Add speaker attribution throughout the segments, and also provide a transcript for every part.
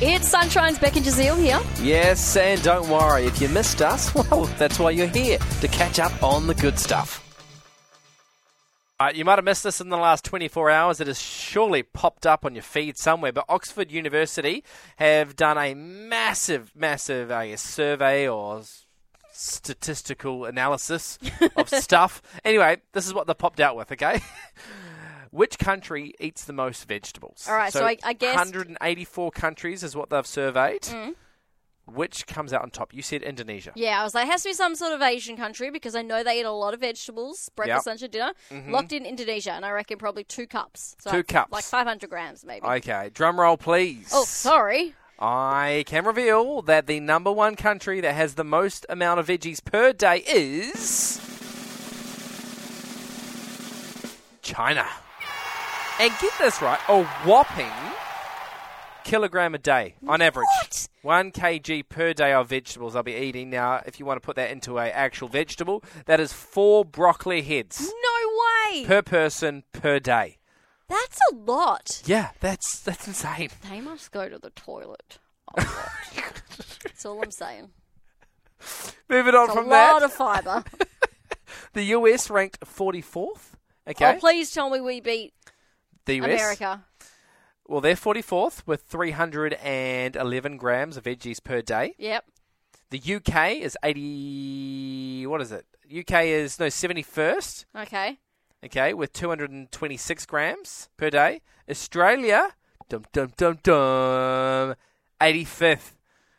Speaker 1: It's Sunshine's Becky Jazeel here.
Speaker 2: Yes, and don't worry, if you missed us, well, that's why you're here, to catch up on the good stuff. All right, Uh, you might have missed this in the last 24 hours. It has surely popped up on your feed somewhere. But Oxford University have done a massive, massive I guess, survey or s- statistical analysis of stuff. Anyway, this is what they popped out with, okay? Which country eats the most vegetables?
Speaker 1: All right, so I- I guessed- Mm.
Speaker 2: 184 countries is what they've surveyed. Which comes out on top? You said Indonesia.
Speaker 1: Yeah, I was like, it has to be some sort of Asian country because I know they eat a lot of vegetables, breakfast,
Speaker 2: Yep. Mm-hmm.
Speaker 1: lunch, and dinner. Locked in Indonesia, and I reckon probably two cups. So
Speaker 2: Two
Speaker 1: like-
Speaker 2: cups.
Speaker 1: Like 500 grams, maybe.
Speaker 2: Okay, drum roll, please.
Speaker 1: Oh, sorry.
Speaker 2: I can reveal that the number one country that has the most amount of veggies per day is. China. And get this right a whopping kilogram a day on average.
Speaker 1: What?
Speaker 2: 1 kg per day of vegetables I'll be eating. Now, if you want to put that into a actual vegetable, that is four broccoli heads
Speaker 1: No way.
Speaker 2: per person per day.
Speaker 1: That's a lot.
Speaker 2: Yeah, that's that's insane.
Speaker 1: They must go to the toilet a lot. That's all I'm saying.
Speaker 2: Moving on
Speaker 1: It's a
Speaker 2: from
Speaker 1: lot
Speaker 2: that,
Speaker 1: of fibre.
Speaker 2: the US ranked 44th. Okay.
Speaker 1: Oh, please tell me we beat
Speaker 2: The US.
Speaker 1: America.
Speaker 2: Well, they're 44th with 311 grams of veggies per day.
Speaker 1: Yep.
Speaker 2: The UK is 80. What is it? UK is no 71st.
Speaker 1: Okay.
Speaker 2: Okay, with 226 grams per day. Australia, dum dum dum dum, 85th.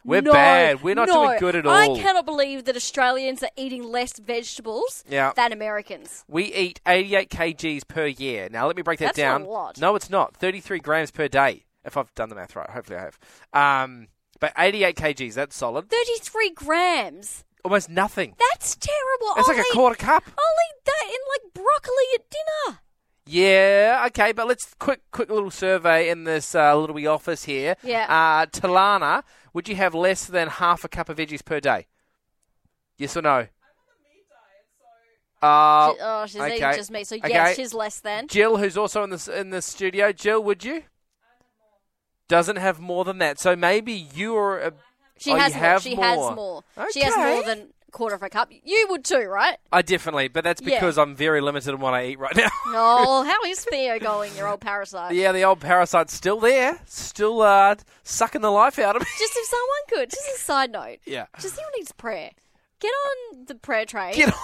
Speaker 2: We're
Speaker 1: No,
Speaker 2: bad. We're not
Speaker 1: no.
Speaker 2: doing good at all.
Speaker 1: I cannot believe that Australians are eating less vegetables
Speaker 2: Yeah.
Speaker 1: than Americans.
Speaker 2: We eat 88 kgs per year. Now, let me break that
Speaker 1: That's not
Speaker 2: down.
Speaker 1: a lot.
Speaker 2: No, it's not. 33 grams per day, if I've done the math right. Hopefully, I have. Um, but 88 kgs, that's solid.
Speaker 1: 33 grams.
Speaker 2: Almost nothing.
Speaker 1: That's terrible.
Speaker 2: It's
Speaker 1: I'll
Speaker 2: like a
Speaker 1: eat-
Speaker 2: quarter cup.
Speaker 1: I'll eat that in like broccoli at dinner.
Speaker 2: Yeah, okay, but let's quick, quick little survey in this uh, little wee office here.
Speaker 1: Yeah.
Speaker 2: Uh, Talana, would you have less than half a cup of veggies per day? Yes or no? Uh,
Speaker 1: She- oh, she's eating
Speaker 2: okay.
Speaker 1: just meat. So, yes,
Speaker 2: Okay.
Speaker 1: she's less than.
Speaker 2: Jill, who's also in this in the studio. Jill, would you? Doesn't have more than that. So maybe you are. A,
Speaker 1: She
Speaker 2: oh, you
Speaker 1: has more.
Speaker 2: have
Speaker 1: she
Speaker 2: more.
Speaker 1: has more. She has
Speaker 2: Okay.
Speaker 1: more than a quarter of a cup. You would too, right?
Speaker 2: I definitely, but that's
Speaker 1: Yeah.
Speaker 2: because I'm very limited in what I eat right now.
Speaker 1: Oh, how is Theo going, your old parasite?
Speaker 2: yeah, the old parasite's still there, still uh, sucking the life out of me.
Speaker 1: Just if someone could, just a side note,
Speaker 2: Yeah.
Speaker 1: just who needs prayer? Get on the prayer train.
Speaker 2: Get on,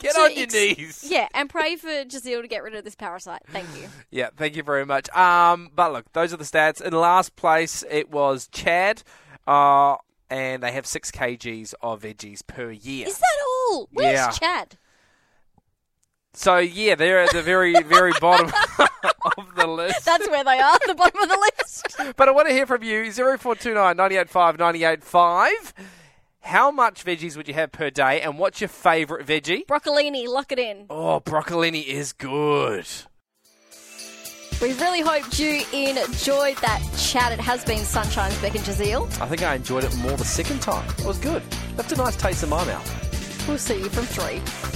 Speaker 2: get
Speaker 1: to
Speaker 2: on your
Speaker 1: ex-
Speaker 2: knees.
Speaker 1: Yeah, and pray for Jazeel to get rid of this parasite. Thank you.
Speaker 2: Yeah, thank you very much. Um, but look, those are the stats. In last place, it was Chad, uh, and they have six kgs of veggies per year.
Speaker 1: Is that all? Where's
Speaker 2: Yeah.
Speaker 1: Chad?
Speaker 2: So yeah, they're at the very, very bottom of the list.
Speaker 1: That's where they are, the bottom of the list.
Speaker 2: But I want to hear from you. Zero four two nine ninety eight five ninety eight five. How much veggies would you have per day, and what's your favourite veggie?
Speaker 1: Broccolini, lock it in.
Speaker 2: Oh, broccolini is good.
Speaker 1: We really hoped you enjoyed that chat. It has been Sunshine's Beck and Jazeel.
Speaker 2: I think I enjoyed it more the second time. It was good. Left a nice taste in my mouth.
Speaker 1: We'll see you from three.